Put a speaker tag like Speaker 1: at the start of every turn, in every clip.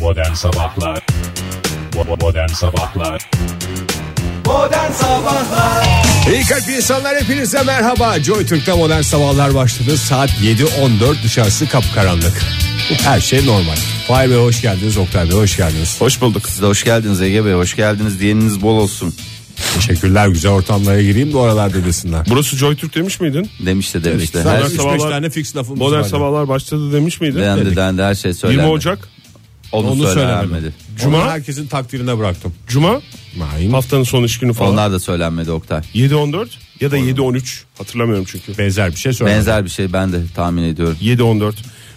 Speaker 1: Modern Sabahlar Bo- Modern Sabahlar
Speaker 2: Modern Sabahlar
Speaker 3: İyi kalp insanlar hepinize merhaba. Joy Türk'te modern sabahlar başladı. Saat 7.14 dışarısı kapkaranlık. Her şey normal. Fahir Bey hoş geldiniz, Oktay Bey hoş geldiniz.
Speaker 4: Hoş bulduk. Siz de hoş geldiniz Ege Bey. Hoş geldiniz. Diyeniniz bol olsun.
Speaker 3: Teşekkürler güzel ortamlara gireyim de oralarda desinler.
Speaker 5: Burası Joytürk demiş miydin?
Speaker 4: Demiş de demiş de.
Speaker 3: Zaten
Speaker 4: Her
Speaker 3: üç beş
Speaker 5: sabahlar-
Speaker 3: tane fix lafımız
Speaker 5: Modern
Speaker 3: vardı.
Speaker 5: sabahlar başladı demiş miydin?
Speaker 4: dendi dendi her şey söylendi.
Speaker 5: 20 Ocak,
Speaker 4: Onu,
Speaker 3: Onu
Speaker 4: söylenmedi.
Speaker 3: söylemedim.
Speaker 5: Cuma?
Speaker 3: Onu herkesin takdirine bıraktım.
Speaker 5: Cuma,
Speaker 3: Naim.
Speaker 5: haftanın son iş günü falan.
Speaker 4: Onlar da söylenmedi Oktay.
Speaker 5: 7-14 ya da 7-13 hatırlamıyorum çünkü.
Speaker 3: Benzer bir şey söylemedim.
Speaker 4: Benzer bir şey ben de tahmin ediyorum.
Speaker 5: 7-14.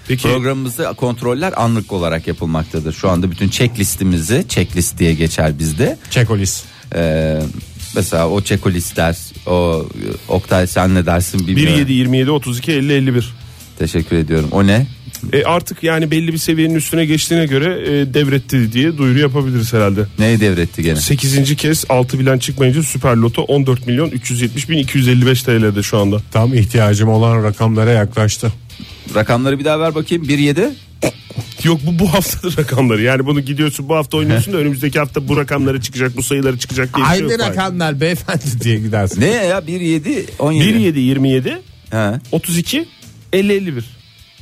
Speaker 5: Peki
Speaker 4: Programımızda kontroller anlık olarak yapılmaktadır. Şu anda bütün checklistimizi checklist diye geçer bizde.
Speaker 3: Çekolis.
Speaker 4: Ee, mesela o checklistler o Oktay sen ne dersin bilmiyorum.
Speaker 5: 1-7, 27, 32, 50, 51.
Speaker 4: Teşekkür ediyorum. O ne?
Speaker 5: E artık yani belli bir seviyenin üstüne geçtiğine göre e, devretti diye duyuru yapabiliriz herhalde.
Speaker 4: Neyi devretti gene?
Speaker 5: 8. kez 6 bilen çıkmayınca süper loto 14 milyon 370 bin 255 TL'de şu anda.
Speaker 3: Tam ihtiyacım olan rakamlara yaklaştı. Şey-
Speaker 4: Rakamları bir daha ver bakayım. 1-7
Speaker 5: Yok bu bu haftanın rakamları. Yani bunu gidiyorsun bu hafta oynuyorsun da önümüzdeki hafta bu rakamlara çıkacak, bu sayılara çıkacak diye bir şey yok.
Speaker 3: Aynı
Speaker 5: Hayır.
Speaker 3: rakamlar beyefendi diye gidersin.
Speaker 4: ne ya 1-7 17.
Speaker 5: 17 27
Speaker 4: He.
Speaker 5: 32 50 51.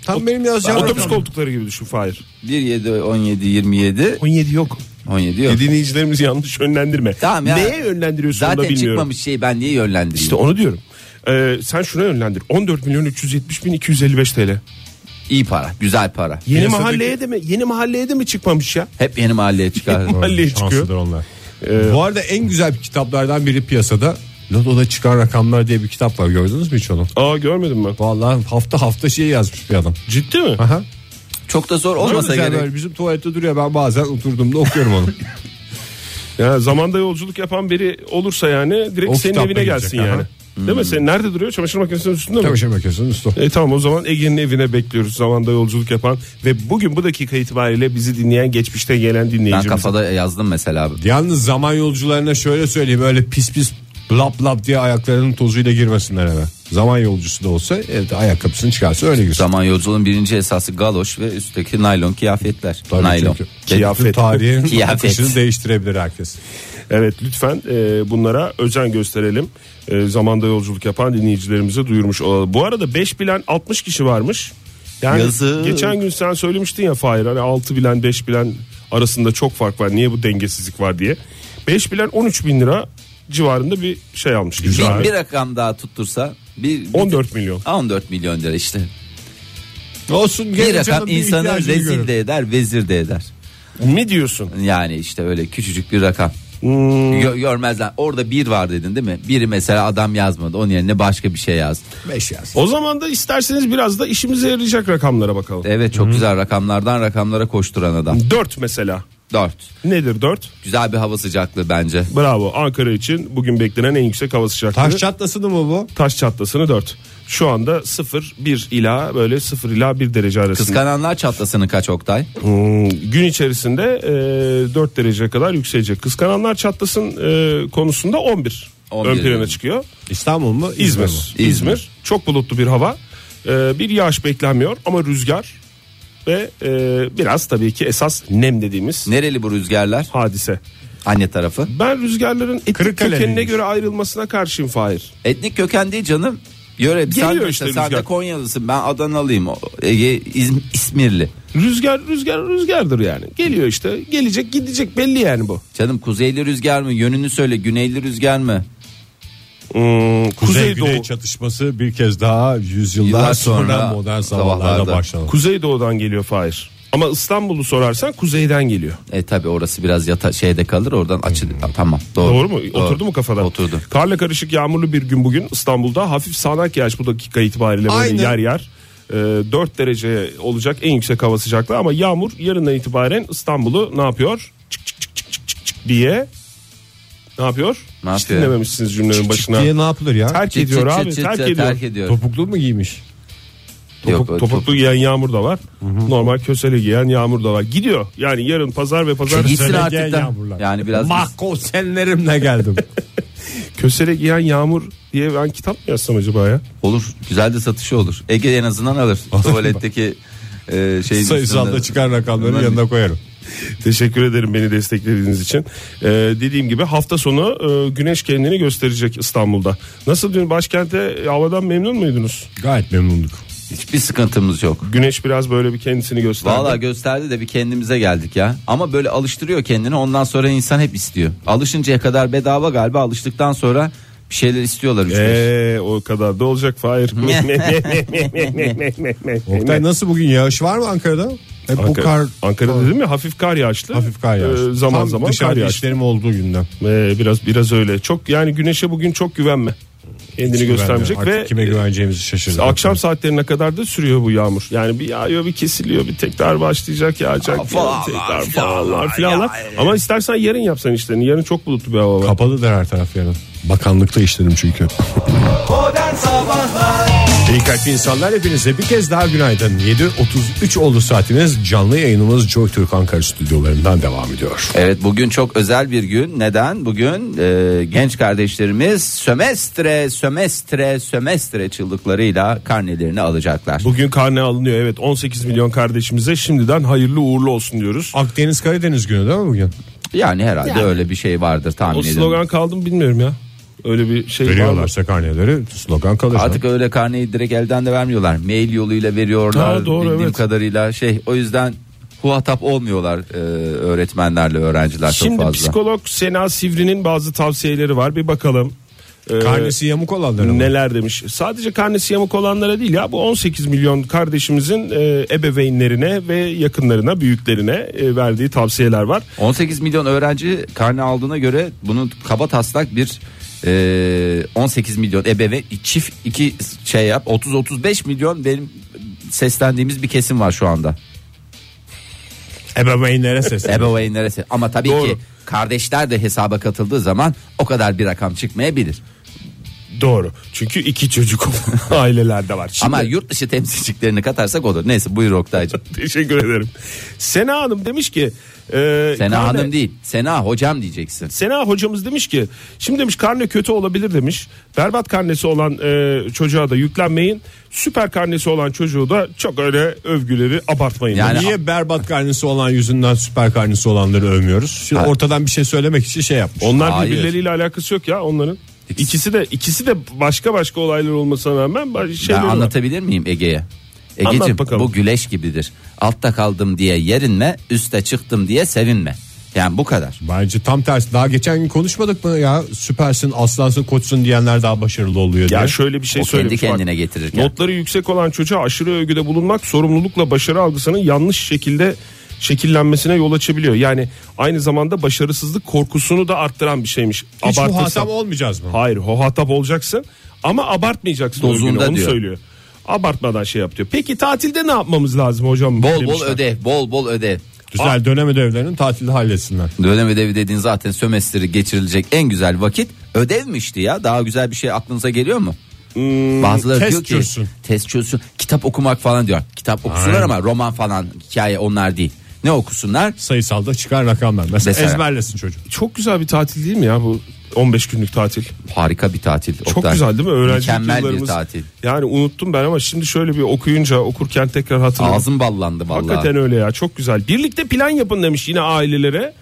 Speaker 3: Tam benim yazacağım
Speaker 5: Otobüs
Speaker 3: rakam.
Speaker 5: koltukları gibi düşün Fahir.
Speaker 4: 1 17 27
Speaker 5: 17 yok.
Speaker 4: 17 yok.
Speaker 5: E, Dinleyicilerimiz yanlış yönlendirme.
Speaker 4: Tamam ya.
Speaker 5: Neye yönlendiriyorsun onu da
Speaker 4: Zaten
Speaker 5: bilmiyorum.
Speaker 4: çıkmamış şeyi ben niye yönlendireyim?
Speaker 5: İşte onu diyorum. Ee, sen şuna yönlendir. 14 milyon 370 bin 255 TL.
Speaker 4: İyi para, güzel para.
Speaker 5: Yeni
Speaker 3: Piyasadaki-
Speaker 5: mahalleye de mi? Yeni mahalleye de mi çıkmamış ya?
Speaker 4: Hep yeni mahalleye çıkar.
Speaker 5: mahalleye
Speaker 3: Şanslıdır
Speaker 5: çıkıyor.
Speaker 3: onlar. Ee, Bu arada en güzel kitaplardan biri piyasada. Loto'da çıkan rakamlar diye bir kitap var gördünüz mü hiç onu?
Speaker 5: Aa görmedim ben.
Speaker 3: Vallahi hafta hafta şey yazmış bir adam.
Speaker 5: Ciddi mi?
Speaker 3: Aha.
Speaker 4: Çok da zor
Speaker 3: Çok
Speaker 4: olmasa
Speaker 3: güzel
Speaker 4: gerek.
Speaker 3: böyle bizim tuvalette duruyor ben bazen oturduğumda okuyorum onu.
Speaker 5: Ya zamanda yolculuk yapan biri olursa yani direkt
Speaker 3: O
Speaker 5: senin
Speaker 3: kitapla
Speaker 5: evine gelsin
Speaker 3: gelecek,
Speaker 5: yani.
Speaker 3: aha.
Speaker 5: Değil mi? Sen nerede duruyor? Çamaşır makinesinin üstünde mi?
Speaker 3: Çamaşır makinesinin üstü.
Speaker 5: E tamam o zaman Ege'nin evine bekliyoruz zamanda yolculuk yapan ve bugün bu dakika itibariyle bizi dinleyen geçmişte gelen
Speaker 4: Ben
Speaker 5: dinleyicimiz.
Speaker 4: kafada yazdım mesela. abi.
Speaker 3: Yalnız zaman yolcularına şöyle söyleyeyim öyle pis pis lap lap diye ayaklarının tozuyla girmesinler eve. Zaman yolcusu da olsa evde ayakkabısını çıkarsa öyle girsin.
Speaker 4: Zaman yolculuğun birinci esası galoş ve üstteki naylon kıyafetler.
Speaker 3: Tabii
Speaker 4: naylon.
Speaker 3: çünkü
Speaker 4: Ve
Speaker 3: bütün Tarihin
Speaker 4: Kıyafet.
Speaker 3: akışını değiştirebilir herkes.
Speaker 5: Evet lütfen e, bunlara özen gösterelim. E, zamanda yolculuk yapan dinleyicilerimize duyurmuş olalım. Bu arada 5 bilen 60 kişi varmış. Yani
Speaker 4: Yazık.
Speaker 5: geçen gün sen söylemiştin ya Fahir hani 6 bilen 5 bilen arasında çok fark var. Niye bu dengesizlik var diye. 5 bilen 13 bin lira civarında bir şey almış.
Speaker 4: Bir,
Speaker 5: Güzel.
Speaker 4: bir rakam daha tuttursa bir, bir-
Speaker 5: 14 milyon.
Speaker 4: 14 milyon lira işte.
Speaker 3: Olsun
Speaker 4: Bir rakam insanı rezil de eder, vezir de eder.
Speaker 5: Ne diyorsun?
Speaker 4: Yani işte öyle küçücük bir rakam.
Speaker 3: Hmm.
Speaker 4: Gö- görmezler. Orada bir var dedin değil mi? Biri mesela adam yazmadı. Onun yerine başka bir şey yaz.
Speaker 3: Beş yaz.
Speaker 5: O zaman da isterseniz biraz da işimize yarayacak rakamlara bakalım.
Speaker 4: Evet çok güzel rakamlardan rakamlara koşturan adam.
Speaker 5: 4 mesela.
Speaker 4: 4.
Speaker 5: Nedir 4?
Speaker 4: Güzel bir hava sıcaklığı bence.
Speaker 5: Bravo. Ankara için bugün beklenen en yüksek hava sıcaklığı.
Speaker 3: Taş çatlasını mı bu?
Speaker 5: Taş çatlasını 4. Şu anda 0 1 ila böyle 0 ila 1 derece arasında.
Speaker 4: Kıskananlar çatlasını kaç Oktay?
Speaker 5: Hmm, gün içerisinde e, 4 derece kadar yükselecek. Kıskananlar çatlasın e, konusunda 11,
Speaker 4: 11
Speaker 5: ön plana
Speaker 4: yani.
Speaker 5: çıkıyor.
Speaker 3: İstanbul mu?
Speaker 5: İzmir.
Speaker 3: mi?
Speaker 5: İzmir. Çok bulutlu bir hava. E, bir yağış beklenmiyor ama rüzgar ve e, biraz tabii ki esas nem dediğimiz
Speaker 4: Nereli bu rüzgarlar?
Speaker 5: hadise.
Speaker 4: Anne tarafı.
Speaker 5: Ben rüzgarların etnik
Speaker 3: Kırıkkale
Speaker 5: kökenine
Speaker 3: miymiş?
Speaker 5: göre ayrılmasına karşıyım Fahir.
Speaker 4: Etnik köken değil canım. Yöre sen,
Speaker 5: Geliyor
Speaker 4: de
Speaker 5: işte
Speaker 4: işte, sen de
Speaker 5: rüzgar.
Speaker 4: Konyalısın ben Adanalıyım. O- Ege İzm- İzmirli.
Speaker 5: Rüzgar rüzgar rüzgardır yani. Geliyor işte gelecek gidecek belli yani bu.
Speaker 4: Canım kuzeyli rüzgar mı? Yönünü söyle güneyli rüzgar mı?
Speaker 3: Kuzey
Speaker 5: Hmm, Kuzeydoğu.
Speaker 3: Güney çatışması bir kez daha yüzyıllar
Speaker 4: Yıllar
Speaker 3: sonra,
Speaker 4: sonra
Speaker 3: modern
Speaker 4: sabahlarda.
Speaker 3: sabahlarda başladı.
Speaker 5: Kuzeydoğu'dan geliyor Fahir. Ama İstanbul'u sorarsan kuzeyden geliyor.
Speaker 4: E tabi orası biraz yata şeyde kalır oradan açı. Tamam doğru.
Speaker 5: Hmm. Doğru mu? Oturdu
Speaker 4: Doğru.
Speaker 5: mu kafada?
Speaker 4: Oturdu.
Speaker 5: Karla karışık yağmurlu bir gün bugün İstanbul'da hafif sağanak yağış bu dakika itibariyle böyle
Speaker 3: Aynen.
Speaker 5: yer yer. E, 4 derece olacak en yüksek hava sıcaklığı ama yağmur yarından itibaren İstanbul'u ne yapıyor? Çık çık çık çık çık çık, çık diye ne yapıyor?
Speaker 4: Ne
Speaker 5: Hiç
Speaker 4: yapıyor?
Speaker 5: dinlememişsiniz cümlenin başına.
Speaker 3: Diye ne yapılır ya?
Speaker 5: Terk
Speaker 4: Çıt
Speaker 5: ediyor
Speaker 4: çıt
Speaker 5: abi
Speaker 4: çıt çıt
Speaker 5: terk
Speaker 4: çıt
Speaker 5: ediyor.
Speaker 4: terk ediyor.
Speaker 3: Topuklu mu giymiş?
Speaker 4: Yok,
Speaker 5: Topuk- topuklu giyen yağmur da var. Normal kösele giyen yağmur da var. Gidiyor. Yani yarın pazar ve pazar
Speaker 4: Gitsin
Speaker 3: Söyle
Speaker 4: artık
Speaker 3: gel
Speaker 4: da.
Speaker 3: yağmurlar.
Speaker 4: Yani biraz
Speaker 3: Mahko senlerimle geldim.
Speaker 5: kösele giyen yağmur diye ben kitap mı yazsam acaba ya?
Speaker 4: olur. Güzel de satışı olur. Ege en azından alır. Tuvaletteki e, şeyin
Speaker 3: Sayısalda
Speaker 4: üstünde.
Speaker 3: çıkan rakamları yanına koyarım.
Speaker 5: Teşekkür ederim beni desteklediğiniz için. Ee, dediğim gibi hafta sonu e, güneş kendini gösterecek İstanbul'da. Nasıl dün başkente e, havadan memnun muydunuz?
Speaker 3: Gayet memnunduk.
Speaker 4: Hiçbir sıkıntımız yok.
Speaker 5: Güneş biraz böyle bir kendisini gösterdi.
Speaker 4: Valla gösterdi de bir kendimize geldik ya. Ama böyle alıştırıyor kendini ondan sonra insan hep istiyor. Alışıncaya kadar bedava galiba alıştıktan sonra bir şeyler istiyorlar. üç beş.
Speaker 5: Ee, o kadar da olacak Fahir.
Speaker 3: Oktay nasıl bugün yağış var mı Ankara'da? Hep bu
Speaker 5: Ankara,
Speaker 3: kar
Speaker 5: Ankara'da dedim ya hafif kar yağışlı.
Speaker 3: hafif kar yağışı.
Speaker 5: Ee, zaman
Speaker 3: Tam
Speaker 5: zaman kar
Speaker 3: dışarıda
Speaker 5: yağışlı.
Speaker 3: işlerim olduğu günden.
Speaker 5: Ee, biraz biraz öyle. Çok yani güneşe bugün çok güvenme. Kendini göstermeyecek
Speaker 3: Artık
Speaker 5: ve e,
Speaker 3: kime güveneceğimizi şaşırdık.
Speaker 5: akşam saatlerine kadar da sürüyor bu yağmur. Yani bir yağıyor bir kesiliyor bir tekrar başlayacak yağacak. bir
Speaker 4: Falan,
Speaker 5: tekrar
Speaker 4: falan,
Speaker 5: falanlar filanlar.
Speaker 4: ya.
Speaker 5: Ama istersen yarın yapsan işlerini. Yarın çok bulutlu bir hava var.
Speaker 3: Kapalıdır her taraf yarın. Bakanlıkta işledim çünkü.
Speaker 2: Modern Sabahlar
Speaker 3: İyi kalpli insanlar hepinize bir kez daha günaydın. 7.33 oldu saatimiz. Canlı yayınımız Joy Türk Ankara stüdyolarından devam ediyor.
Speaker 4: Evet bugün çok özel bir gün. Neden? Bugün e, genç kardeşlerimiz sömestre, sömestre, sömestre çıldıklarıyla karnelerini alacaklar.
Speaker 5: Bugün karne alınıyor evet 18 milyon kardeşimize şimdiden hayırlı uğurlu olsun diyoruz.
Speaker 3: Akdeniz Karadeniz günü değil mi bugün?
Speaker 4: Yani herhalde öyle bir şey vardır tahmin
Speaker 5: O
Speaker 4: ediyorum.
Speaker 5: slogan kaldı mı bilmiyorum ya. Öyle bir şey var mı?
Speaker 3: Veriyorlarsa karneleri slogan kalır.
Speaker 4: Artık öyle karneyi direkt elden de vermiyorlar. Mail yoluyla veriyorlar
Speaker 5: Ha, doğru,
Speaker 4: bildiğim
Speaker 5: evet.
Speaker 4: kadarıyla. Şey o yüzden huhatap olmuyorlar e, öğretmenlerle öğrenciler
Speaker 5: Şimdi
Speaker 4: çok fazla.
Speaker 5: psikolog Sena Sivri'nin bazı tavsiyeleri var bir bakalım. Ee,
Speaker 3: Karnesi yamuk olanlara mı?
Speaker 5: neler demiş. Sadece karnesi yamuk olanlara değil ya bu 18 milyon kardeşimizin e, ebeveynlerine ve yakınlarına büyüklerine e, verdiği tavsiyeler var.
Speaker 4: 18 milyon öğrenci karne aldığına göre bunun kaba taslak bir e, 18 milyon ebeveyn çift iki şey yap 30-35 milyon benim seslendiğimiz bir kesim var şu anda.
Speaker 3: Ebeveynlere seslen.
Speaker 4: Ebeveynlere ses- ama tabii
Speaker 5: Doğru.
Speaker 4: ki kardeşler de hesaba katıldığı zaman o kadar bir rakam çıkmayabilir.
Speaker 5: Doğru. Çünkü iki çocuk olan aileler de var. Şimdi-
Speaker 4: Ama yurt dışı temsilciliklerini katarsak olur. Neyse buyur Oktay'cığım.
Speaker 5: Teşekkür ederim. Sena Hanım demiş ki e,
Speaker 4: Sena
Speaker 5: karne-
Speaker 4: hanım değil Sena hocam diyeceksin.
Speaker 5: Sena hocamız demiş ki şimdi demiş karne kötü olabilir demiş. Berbat karnesi olan e, çocuğa da yüklenmeyin. Süper karnesi olan çocuğu da çok öyle övgüleri abartmayın.
Speaker 4: Yani-
Speaker 5: demiş.
Speaker 3: Niye berbat karnesi olan yüzünden süper karnesi olanları övmüyoruz? Şimdi
Speaker 4: Ha.
Speaker 3: ortadan bir şey söylemek için şey yapmış.
Speaker 5: onlar
Speaker 4: Hayır.
Speaker 5: birbirleriyle alakası yok ya onların.
Speaker 4: İkisi-
Speaker 5: İkisi de ikisi de başka başka olaylar olmasına rağmen bazı
Speaker 4: Ben
Speaker 5: şeyler var.
Speaker 4: anlatabilir miyim Ege'ye? Ege'cim
Speaker 5: Anlat bakalım.
Speaker 4: bu güleş gibidir. Altta kaldım diye yerinme, üste çıktım diye sevinme. Yani bu kadar.
Speaker 5: Şey
Speaker 3: Bence tam tersi. Daha geçen gün konuşmadık mı ya? Süpersin, aslansın, koçsun diyenler daha başarılı oluyor diye.
Speaker 5: Ya şöyle bir şey
Speaker 4: O kendi
Speaker 5: söylemiş. bak.
Speaker 4: kendine getirirken.
Speaker 5: Notları yüksek olan çocuğa aşırı övgüde bulunmak sorumlulukla başarı algısının yanlış şekilde şekillenmesine yol açabiliyor. Yani aynı zamanda başarısızlık korkusunu da arttıran bir şeymiş.
Speaker 3: Hiç
Speaker 5: Abartırsan-
Speaker 3: muhatap olmayacağız mı?
Speaker 5: Hayır hohatap olacaksın ama abartmayacaksın.
Speaker 4: Dozunda
Speaker 5: övgünü, onu
Speaker 4: diyor.
Speaker 5: söylüyor. Abartmadan şey yap diyor. Peki tatilde ne yapmamız lazım hocam?
Speaker 4: Bol bol
Speaker 5: Demişler.
Speaker 4: ödev, bol bol ödev.
Speaker 3: Güzel dönem ödevlerini tatilde halletsinler.
Speaker 4: Dönem ödevi dediğin zaten sömestri geçirilecek en güzel vakit ödevmişti ya. Daha güzel bir şey aklınıza geliyor mu?
Speaker 5: Hmm,
Speaker 4: Bazıları
Speaker 3: test
Speaker 4: diyor ki
Speaker 3: çözsün.
Speaker 4: test çözsün. Kitap okumak falan diyor. Kitap okusunlar ama roman falan hikaye onlar değil. Ne okusunlar?
Speaker 3: Sayısalda çıkan rakamlar. Mesela,
Speaker 4: Mesela.
Speaker 3: ezberlesin çocuk.
Speaker 5: Çok güzel bir tatil değil mi ya bu 15 günlük tatil?
Speaker 4: Harika bir tatil.
Speaker 5: Çok
Speaker 4: Oktay.
Speaker 5: güzel değil mi? Öğrencilik
Speaker 4: Mükemmel bir
Speaker 5: yıllarımız-
Speaker 4: tatil.
Speaker 5: Yani unuttum ben ama şimdi şöyle bir okuyunca okurken tekrar hatırladım.
Speaker 4: Ağzım ballandı vallahi.
Speaker 5: Hakikaten öyle ya çok güzel. Birlikte plan yapın demiş yine ailelere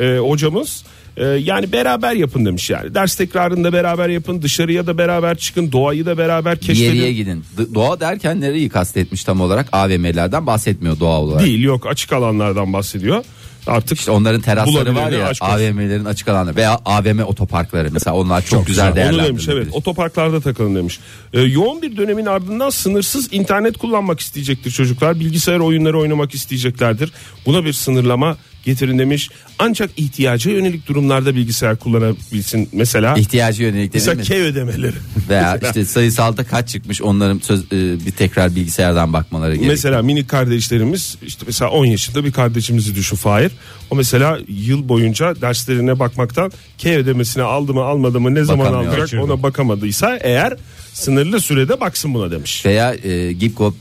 Speaker 5: e, hocamız. E, yani beraber yapın demiş yani. Ders tekrarını da beraber yapın. Dışarıya da beraber çıkın. Doğayı da beraber
Speaker 4: Bir
Speaker 5: keşfedin.
Speaker 4: Yeriye gidin. D- Doğa derken nereyi kastetmiş tam olarak? AVM'lerden bahsetmiyor doğa olarak.
Speaker 5: Değil yok açık alanlardan bahsediliyor. Artık
Speaker 4: İşte onların terasları var
Speaker 5: Bulabileni
Speaker 4: ya
Speaker 5: aşk olsun.
Speaker 4: AVM'lerin açık alanları veya AVM otoparkları mesela onlar çok, güzel,
Speaker 5: Onu
Speaker 4: değerlendirilir.
Speaker 5: demiş evet otoparklarda takılın demiş. E, yoğun bir dönemin ardından sınırsız internet kullanmak isteyecektir çocuklar. Bilgisayar oyunları oynamak isteyeceklerdir. Buna bir sınırlama getirin demiş. Ancak ihtiyaca yönelik durumlarda bilgisayar kullanabilsin. Mesela
Speaker 4: İhtiyacı yönelik değil
Speaker 5: Mesela
Speaker 4: mi?
Speaker 5: K ödemeleri.
Speaker 4: Veya işte sayısalda kaç çıkmış onların söz, e, bir tekrar bilgisayardan bakmaları gerekiyor.
Speaker 5: Mesela minik kardeşlerimiz işte mesela 10 yaşında bir kardeşimizi düşün Fahir. O mesela yıl boyunca derslerine bakmaktan K ödemesini aldı mı almadı mı ne zaman
Speaker 4: Bakamıyor,
Speaker 5: alacak
Speaker 3: kaçırdı.
Speaker 5: ona bakamadıysa eğer sınırlı sürede baksın buna demiş.
Speaker 4: Veya e,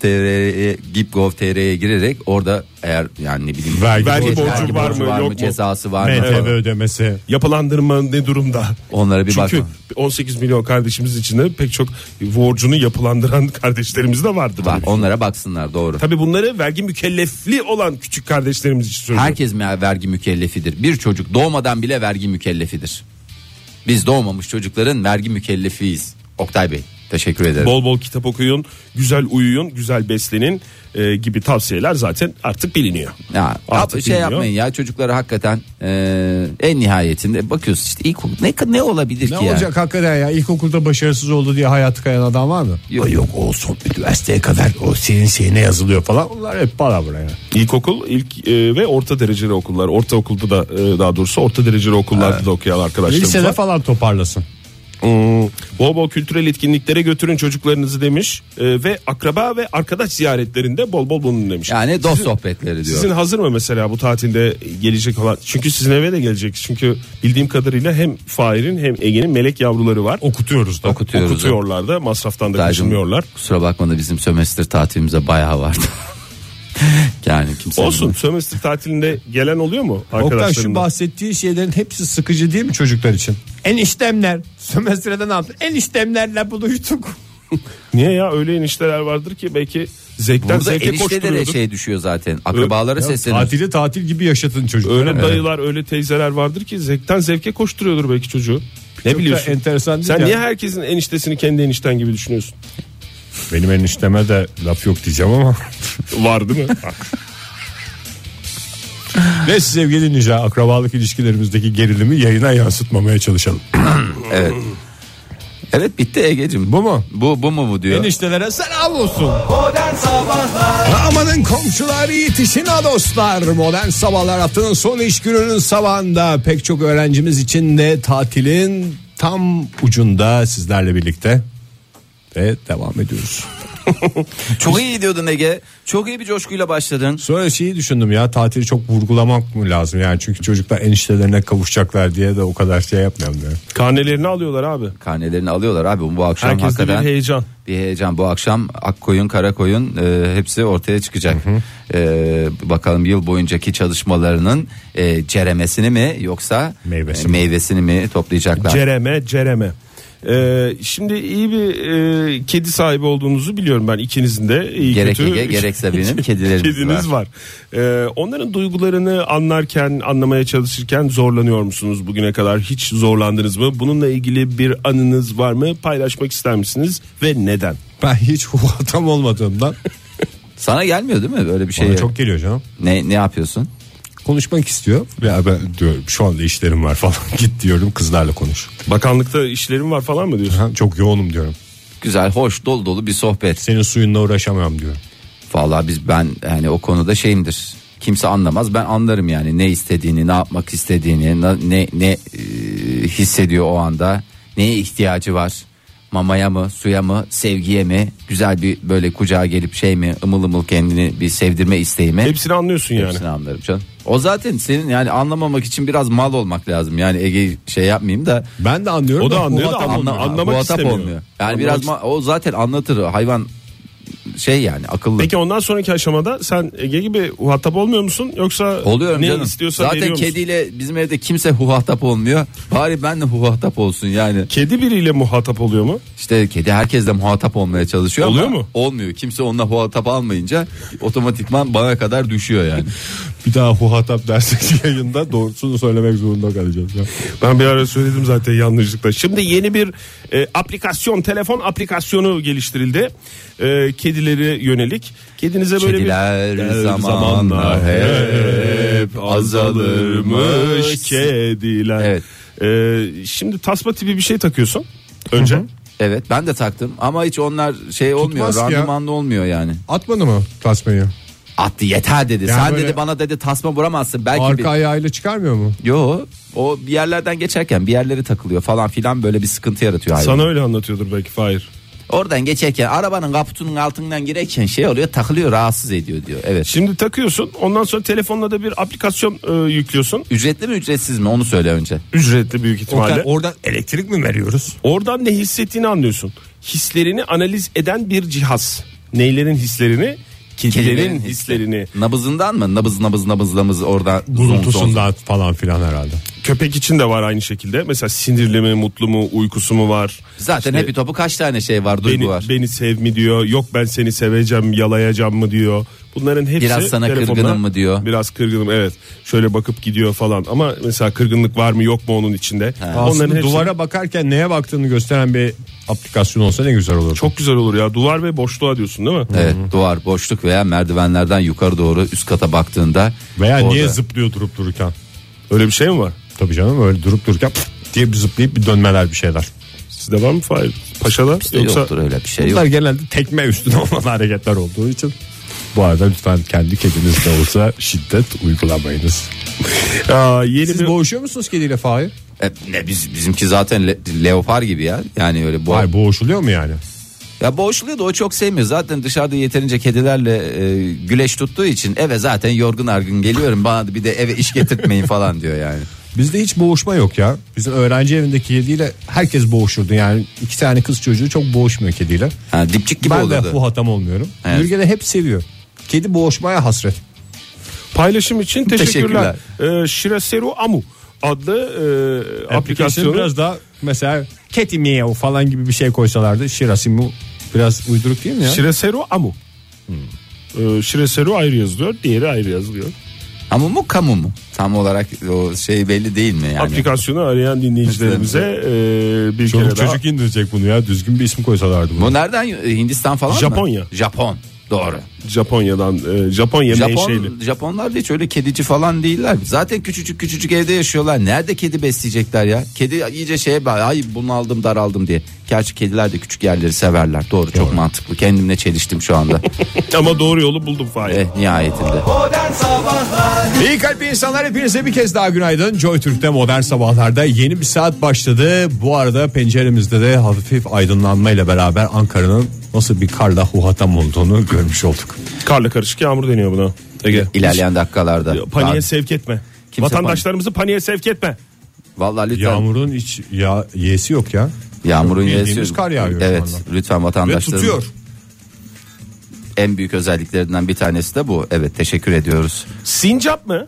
Speaker 4: Gipgov.tr'ye Gipgov.tr'ye girerek orada eğer yani ne bileyim
Speaker 3: Vergi
Speaker 5: borcu var mı, yok mu?
Speaker 4: cezası var mı
Speaker 3: MTV
Speaker 4: falan.
Speaker 3: ödemesi.
Speaker 5: Yapılandırma ne durumda?
Speaker 4: onlara bir
Speaker 5: Çünkü
Speaker 4: bakın.
Speaker 5: 18 milyon kardeşimiz içinde pek çok borcunu yapılandıran kardeşlerimiz de vardır.
Speaker 4: Var, onlara baksınlar doğru.
Speaker 5: Tabii bunları vergi mükellefli olan küçük kardeşlerimiz için söylüyorum.
Speaker 4: Herkes mi vergi mükellefidir? Bir çocuk doğmadan bile vergi mükellefidir. Biz doğmamış çocukların vergi mükellefiyiz. Oktay Bey teşekkür ederim.
Speaker 5: Bol bol kitap okuyun, güzel uyuyun, güzel beslenin e, gibi tavsiyeler zaten artık biliniyor.
Speaker 4: Ya,
Speaker 5: Artık
Speaker 4: yap- şey
Speaker 5: bilmiyor.
Speaker 4: yapmayın ya çocuklara hakikaten e, en nihayetinde bakıyoruz işte ilk ne ne olabilir
Speaker 3: Ne
Speaker 4: ki
Speaker 3: olacak hakikaten ya ilkokulda başarısız oldu diye hayatı kayan adam var mı?
Speaker 4: Yok.
Speaker 3: Ay yok o son üniversiteye kadar o senin şeyine yazılıyor falan. Onlar hep para buraya.
Speaker 5: İlkokul ilk e, ve orta dereceli okullar, ortaokulda da e, daha doğrusu orta dereceli okullarda da okuyan arkadaşlarımız
Speaker 3: Lisede
Speaker 5: var.
Speaker 3: falan toparlasın.
Speaker 5: Hmm, Bol bol kültürel etkinliklere götürün çocuklarınızı demiş E, ve akraba ve arkadaş ziyaretlerinde bol bol bulunun demiş.
Speaker 4: Yani dost sohbetleri diyor.
Speaker 5: Sizin hazır mı mesela bu tatilde gelecek olan? Çünkü sizin eve de gelecek. Çünkü bildiğim kadarıyla hem Fahir'in hem Ege'nin melek yavruları var.
Speaker 3: Okutuyoruz da.
Speaker 4: Okutuyoruz.
Speaker 5: Okutuyorlar da masraftan da
Speaker 4: Oktaycığım,
Speaker 5: kaçınmıyorlar.
Speaker 4: Kusura bakma da bizim sömestr tatilimize bayağı vardı. yani kimse
Speaker 5: Olsun sömestr tatilinde gelen oluyor mu
Speaker 3: Oktay şu
Speaker 5: arkadaşlarında?
Speaker 3: bahsettiği şeylerin hepsi sıkıcı değil mi çocuklar için? En işlemler. Sömestrede ne yaptın? En işlemlerle buluştuk.
Speaker 5: Niye ya öyle enişteler vardır ki belki zevkten
Speaker 4: Burada
Speaker 5: zevke
Speaker 4: eniştelere
Speaker 5: koşturuyordur.
Speaker 4: şey düşüyor zaten. Akrabalara sesleniyor.
Speaker 3: Tatili tatil gibi yaşatın çocukları.
Speaker 5: Öyle dayılar öyle teyzeler vardır ki zevkten zevke koşturuyordur belki çocuğu. Ne
Speaker 3: Çok da
Speaker 5: biliyorsun?
Speaker 3: enteresan değil
Speaker 5: Sen
Speaker 3: ya.
Speaker 5: niye herkesin eniştesini kendi enişten gibi düşünüyorsun?
Speaker 3: Benim enişteme de laf yok diyeceğim ama.
Speaker 5: Var değil mi?
Speaker 3: Ve sevgili dinleyiciler akrabalık ilişkilerimizdeki gerilimi yayına yansıtmamaya çalışalım.
Speaker 4: Evet bitti Ege'cim.
Speaker 3: Bu mu?
Speaker 4: Bu, bu mu bu diyor.
Speaker 3: Eniştelere selam olsun.
Speaker 2: Modern Sabahlar
Speaker 3: Amanın komşular yetişin ha dostlar. Modern sabahlar haftanın son iş gününün sabahında pek çok öğrencimiz için de tatilin tam ucunda sizlerle birlikte. Ve devam ediyoruz.
Speaker 4: Çok iyi gidiyordun Ege. Çok iyi bir coşkuyla başladın.
Speaker 3: Sonra şeyi düşündüm ya tatili çok vurgulamak mı lazım yani çünkü çocuklar eniştelerine kavuşacaklar diye de o kadar şey yapmayalım diye.
Speaker 5: Karnelerini alıyorlar abi.
Speaker 4: Karnelerini alıyorlar abi bu akşam
Speaker 5: Herkeste bir
Speaker 4: hakikaten.
Speaker 5: heyecan.
Speaker 4: bir heyecan bu akşam Akkoyun Karakoyun e, hepsi ortaya çıkacak. E, bakalım yıl boyuncaki çalışmalarının e, ceremesini mi yoksa
Speaker 3: Meyvesi
Speaker 4: e,
Speaker 3: mi?
Speaker 4: meyvesini mi toplayacaklar?
Speaker 5: Cereme, cereme. Ee, şimdi iyi bir e, kedi sahibi olduğunuzu biliyorum ben ikinizin de. iyi
Speaker 4: Gerek
Speaker 5: kötü-
Speaker 4: Ege, gerekse benim kedilerimiz
Speaker 5: kediniz var. Ee, onların duygularını anlarken, anlamaya çalışırken zorlanıyor musunuz bugüne kadar? Hiç zorlandınız mı? Bununla ilgili bir anınız var mı? Paylaşmak ister misiniz ve neden?
Speaker 3: Ben hiç huvatam olmadığımdan
Speaker 4: Sana gelmiyor değil mi böyle bir şey?
Speaker 3: bana çok geliyor canım.
Speaker 4: Ne ne yapıyorsun?
Speaker 3: Konuşmak istiyor. Ya ben diyorum şu anda işlerim var falan git diyorum kızlarla konuş.
Speaker 5: Bakanlıkta işlerim var falan mı diyorsun?
Speaker 3: Ha, Çok yoğunum diyorum.
Speaker 4: Güzel, hoş, dolu dolu bir sohbet.
Speaker 3: Senin suyunla uğraşamam diyorum.
Speaker 4: Vallahi biz ben yani o konuda şeyimdir. Kimse anlamaz. Ben anlarım yani ne istediğini, ne yapmak istediğini, na- ne ne e, hissediyor o anda. Neye ihtiyacı var? Mamaya mı, suya mı, sevgiye mi? Güzel bir böyle kucağa gelip şey mi, ımıl ımıl kendini bir sevdirme isteği mi?
Speaker 5: Hepsini anlıyorsun yani.
Speaker 4: Hepsini anlarım canım. O zaten senin yani anlamamak için biraz mal olmak lazım. Yani Ege şey yapmayayım da
Speaker 3: Ben de anlıyorum.
Speaker 5: O da anlıyor da
Speaker 3: huvatam-
Speaker 5: anla-
Speaker 4: anla-
Speaker 5: anlamak
Speaker 4: muhatap
Speaker 5: istemiyor.
Speaker 4: olmuyor. Yani
Speaker 5: Anlamak
Speaker 4: biraz ma- o zaten anlatır hayvan şey yani akıllı.
Speaker 5: Peki ondan sonraki aşamada sen Ege gibi muhatap olmuyor musun yoksa
Speaker 4: Oluyorum
Speaker 5: ne
Speaker 4: canım.
Speaker 5: istiyorsa
Speaker 4: Zaten
Speaker 5: veriyor musun?
Speaker 4: kediyle bizim evde kimse huhahtap olmuyor. Bari ben de huhahtap olsun yani.
Speaker 5: Kedi biriyle muhatap oluyor mu?
Speaker 4: İşte kedi herkesle muhatap olmaya çalışıyor
Speaker 5: Oluyor
Speaker 4: ama
Speaker 5: mu?
Speaker 4: Olmuyor. Kimse onunla muhatap almayınca otomatikman bana kadar düşüyor yani.
Speaker 3: Bir daha huhatap dersek yayında doğrusunu söylemek zorunda kalacağız. Ya.
Speaker 5: Ben bir ara söyledim zaten yanlışlıkla. Şimdi yeni bir e, aplikasyon, telefon aplikasyonu geliştirildi. E, kedilere yönelik. Kedinize böyle
Speaker 4: Kediler
Speaker 5: bir Her
Speaker 4: zamanla hep
Speaker 5: azalırmış kediler.
Speaker 4: Evet.
Speaker 5: E, şimdi tasma tipi bir şey takıyorsun önce.
Speaker 4: Evet ben de taktım ama hiç onlar şey olmuyor.
Speaker 3: Tutmaz ki ya.
Speaker 4: Randımanlı olmuyor yani.
Speaker 3: Atmadı mı tasmayı?
Speaker 4: Attı yeter dedi.
Speaker 3: Yani
Speaker 4: Sen
Speaker 3: böyle-
Speaker 4: dedi bana dedi tasma vuramazsın. Belki bir...
Speaker 3: Arka ayağıyla çıkarmıyor mu?
Speaker 4: Yo o bir yerlerden geçerken bir yerlere takılıyor falan filan böyle bir sıkıntı yaratıyor hayvan.
Speaker 5: Sana öyle anlatıyordur belki Fahir.
Speaker 4: Oradan geçerken arabanın kaputunun altından girerken şey oluyor takılıyor rahatsız ediyor diyor. Evet.
Speaker 5: Şimdi takıyorsun ondan sonra telefonla da bir aplikasyon e, yüklüyorsun.
Speaker 4: Ücretli mi ücretsiz mi onu söyle önce.
Speaker 5: Ücretli büyük ihtimalle.
Speaker 3: oradan elektrik mi veriyoruz?
Speaker 5: Oradan ne hissettiğini anlıyorsun. hislerini analiz eden bir cihaz. Neylerin hislerini? Kedilerin,
Speaker 4: Kedilerin
Speaker 5: hislerini.
Speaker 4: Nabızından mı? Nabız nabız nabız nabız orada. zon, zon.
Speaker 3: Gurultusundan falan filan herhalde.
Speaker 5: Köpek için de var aynı şekilde. Mesela sinirli mi, mutlu mu, uykusu mu var?
Speaker 4: Zaten
Speaker 5: İşte
Speaker 4: hepi topu kaç tane şey var duygu
Speaker 5: beni,
Speaker 4: var.
Speaker 5: beni sev mi diyor. Yok ben seni seveceğim, yalayacağım mı diyor. Bunların hepsi
Speaker 4: Biraz sana
Speaker 5: telefonla-
Speaker 4: kırgınım mı diyor.
Speaker 5: Biraz kırgınım evet. Şöyle bakıp gidiyor falan. Ama mesela kırgınlık var mı yok mu onun içinde.
Speaker 3: Aslında
Speaker 5: hepsi-
Speaker 3: duvara bakarken neye baktığını gösteren bir aplikasyon olsa ne güzel olur.
Speaker 5: Çok güzel olur ya. Duvar ve boşluğa diyorsun değil mi?
Speaker 4: Evet, duvar boşluk veya merdivenlerden yukarı doğru üst kata baktığında
Speaker 3: Veya
Speaker 4: orada-
Speaker 3: niye zıplıyor durup dururken?
Speaker 5: Öyle bir şey mi var?
Speaker 3: Tabii canım öyle durup dururken pf diye bir zıplayıp bir dönmeler bir şeyler.
Speaker 5: Sizde var mı Fahir? Paşa'da
Speaker 4: İşte
Speaker 5: yoksa
Speaker 4: yoktur öyle bir şey yok.
Speaker 3: Bunlar genelde tekme üstüne olan hareketler olduğu için. Bu arada lütfen kendi kedinizde olsa şiddet uygulamayınız.
Speaker 5: Aa, yeni
Speaker 3: Siz
Speaker 5: bir...
Speaker 3: boğuşuyor musunuz kediyle Fahir?
Speaker 4: E, ne biz bizimki zaten le- leopar gibi ya. Yani öyle bu.
Speaker 3: Hayır boğuşuluyor mu yani?
Speaker 4: Ya boğuşluyor da o çok sevmiyor. Zaten dışarıda yeterince kedilerle e, güleş tuttuğu için eve zaten yorgun argın geliyorum. Bana da bir de eve iş getirtmeyin falan diyor yani.
Speaker 3: Bizde hiç boğuşma yok ya. Bizim öğrenci evindeki kediyle herkes boğuşurdu. Yani iki tane kız çocuğu çok boğuşmuyor kediyle.
Speaker 4: Ha, dipçik gibi
Speaker 3: ben de
Speaker 4: oluyordu.
Speaker 3: bu hatam olmuyorum.
Speaker 4: Evet.
Speaker 3: Bürge de hep seviyor. Kedi boğuşmaya hasret.
Speaker 5: Paylaşım için teşekkürler. Ee, Şiraseru Amu adlı e, aplikasyonu.
Speaker 3: Aplikasyonu biraz daha mesela Keti Meow falan gibi bir şey koysalardı. Şirasimu biraz uyduruk değil mi ya?
Speaker 5: Şiraseru Amu. Ee, Şiraseru ayrı yazılıyor, diğeri ayrı yazılıyor.
Speaker 4: Ama mu kamu mu? Tam olarak o şey belli değil mi yani?
Speaker 5: Aplikasyonu arayan dinleyicilerimize e, bir
Speaker 3: Çoluk
Speaker 5: kere daha.
Speaker 3: çocuk indirecek bunu ya. Düzgün bir isim koysalardı bunu.
Speaker 4: Bu nereden Hindistan falan mı?
Speaker 5: Japonya.
Speaker 4: Japon. Doğru.
Speaker 5: Japonya'dan e, Japonya menşeli.
Speaker 4: Japon, Japonlar da hiç öyle kedici falan değiller. Zaten küçücük küçücük evde yaşıyorlar. Nerede kedi besleyecekler ya? Kedi iyice şeye bak. Ay bunu aldım daraldım diye. Gerçi kediler de küçük yerleri severler. Doğru, çok mantıklı. Kendimle çeliştim şu anda.
Speaker 5: Ama doğru yolu buldum Fahir.
Speaker 4: eh, nihayetinde.
Speaker 2: Modern Sabahlar
Speaker 3: İyi kalp insanlar hepinize bir kez daha günaydın. Joy Türk'te modern sabahlarda yeni bir saat başladı. Bu arada penceremizde de hafif aydınlanmayla beraber Ankara'nın nasıl bir karla huhatam olduğunu görmüş olduk.
Speaker 5: Karla karışık yağmur deniyor buna. Ege.
Speaker 4: İlerleyen dakikalarda.
Speaker 5: Hiç Paniğe
Speaker 4: Daha-
Speaker 5: sevk etme.
Speaker 4: Kimse
Speaker 5: Vatandaşlarımızı paniğe sevk etme.
Speaker 4: Vallahi lütfen.
Speaker 3: Yağmurun hiç ya, yesi yok ya.
Speaker 4: Yağmurun
Speaker 3: Bildiğimiz
Speaker 4: yağısı-
Speaker 3: kar yağıyor şu
Speaker 4: Evet.
Speaker 3: anda.
Speaker 4: Lütfen
Speaker 3: Ve
Speaker 4: vatandaşların
Speaker 3: tutuyor.
Speaker 4: en büyük özelliklerinden bir tanesi de bu. Evet, teşekkür ediyoruz.
Speaker 5: Sincap mı?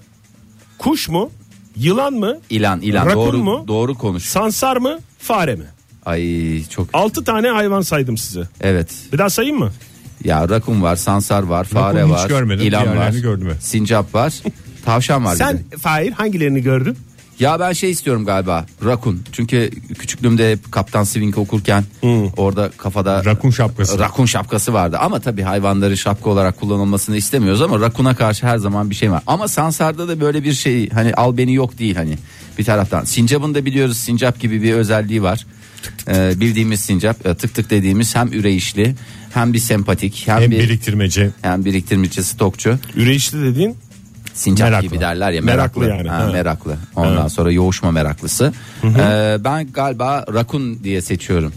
Speaker 5: Kuş mu? Yılan mı?
Speaker 4: İlan, ilan
Speaker 5: Rakun
Speaker 4: doğru
Speaker 5: mu?
Speaker 4: doğru konuş.
Speaker 5: Sansar mı? Fare mi?
Speaker 4: Ay çok
Speaker 5: 6 tane hayvan saydım size.
Speaker 4: evet.
Speaker 5: Bir daha sayayım mı?
Speaker 4: Ya rakun var, sansar var, fare
Speaker 3: Rakun hiç
Speaker 4: var,
Speaker 3: görmedim,
Speaker 4: ilan var,
Speaker 3: diğerlerini gördüm ben.
Speaker 4: sincap var, tavşan var. bir de.
Speaker 5: Fahir hangilerini gördün?
Speaker 4: Ya ben şey istiyorum galiba rakun. Çünkü küçüklüğümde hep Kaptan Swing okurken orada kafada
Speaker 3: Hmm. Rakun şapkası.
Speaker 4: Rakun şapkası vardı. Ama tabii hayvanların şapka olarak kullanılmasını istemiyoruz ama rakuna karşı her zaman bir şey var. Ama sansarda da böyle bir şey hani al beni yok değil hani bir taraftan. Sincap'ın da biliyoruz sincap gibi bir özelliği var. Ee, bildiğimiz sincap e, tık tık dediğimiz hem üreyişli hem bir sempatik hem,
Speaker 3: Hem
Speaker 4: bir
Speaker 3: biriktirmece.
Speaker 4: hem biriktirmeci stokçu.
Speaker 5: Üreyişli dediğin
Speaker 4: Sincap
Speaker 3: Meraklı.
Speaker 4: gibi derler ya meraklı.
Speaker 5: Meraklı yani,
Speaker 4: Ha,
Speaker 5: evet.
Speaker 4: meraklı. Ondan sonra yoğuşma meraklısı. Ee, ben galiba rakun diye seçiyorum.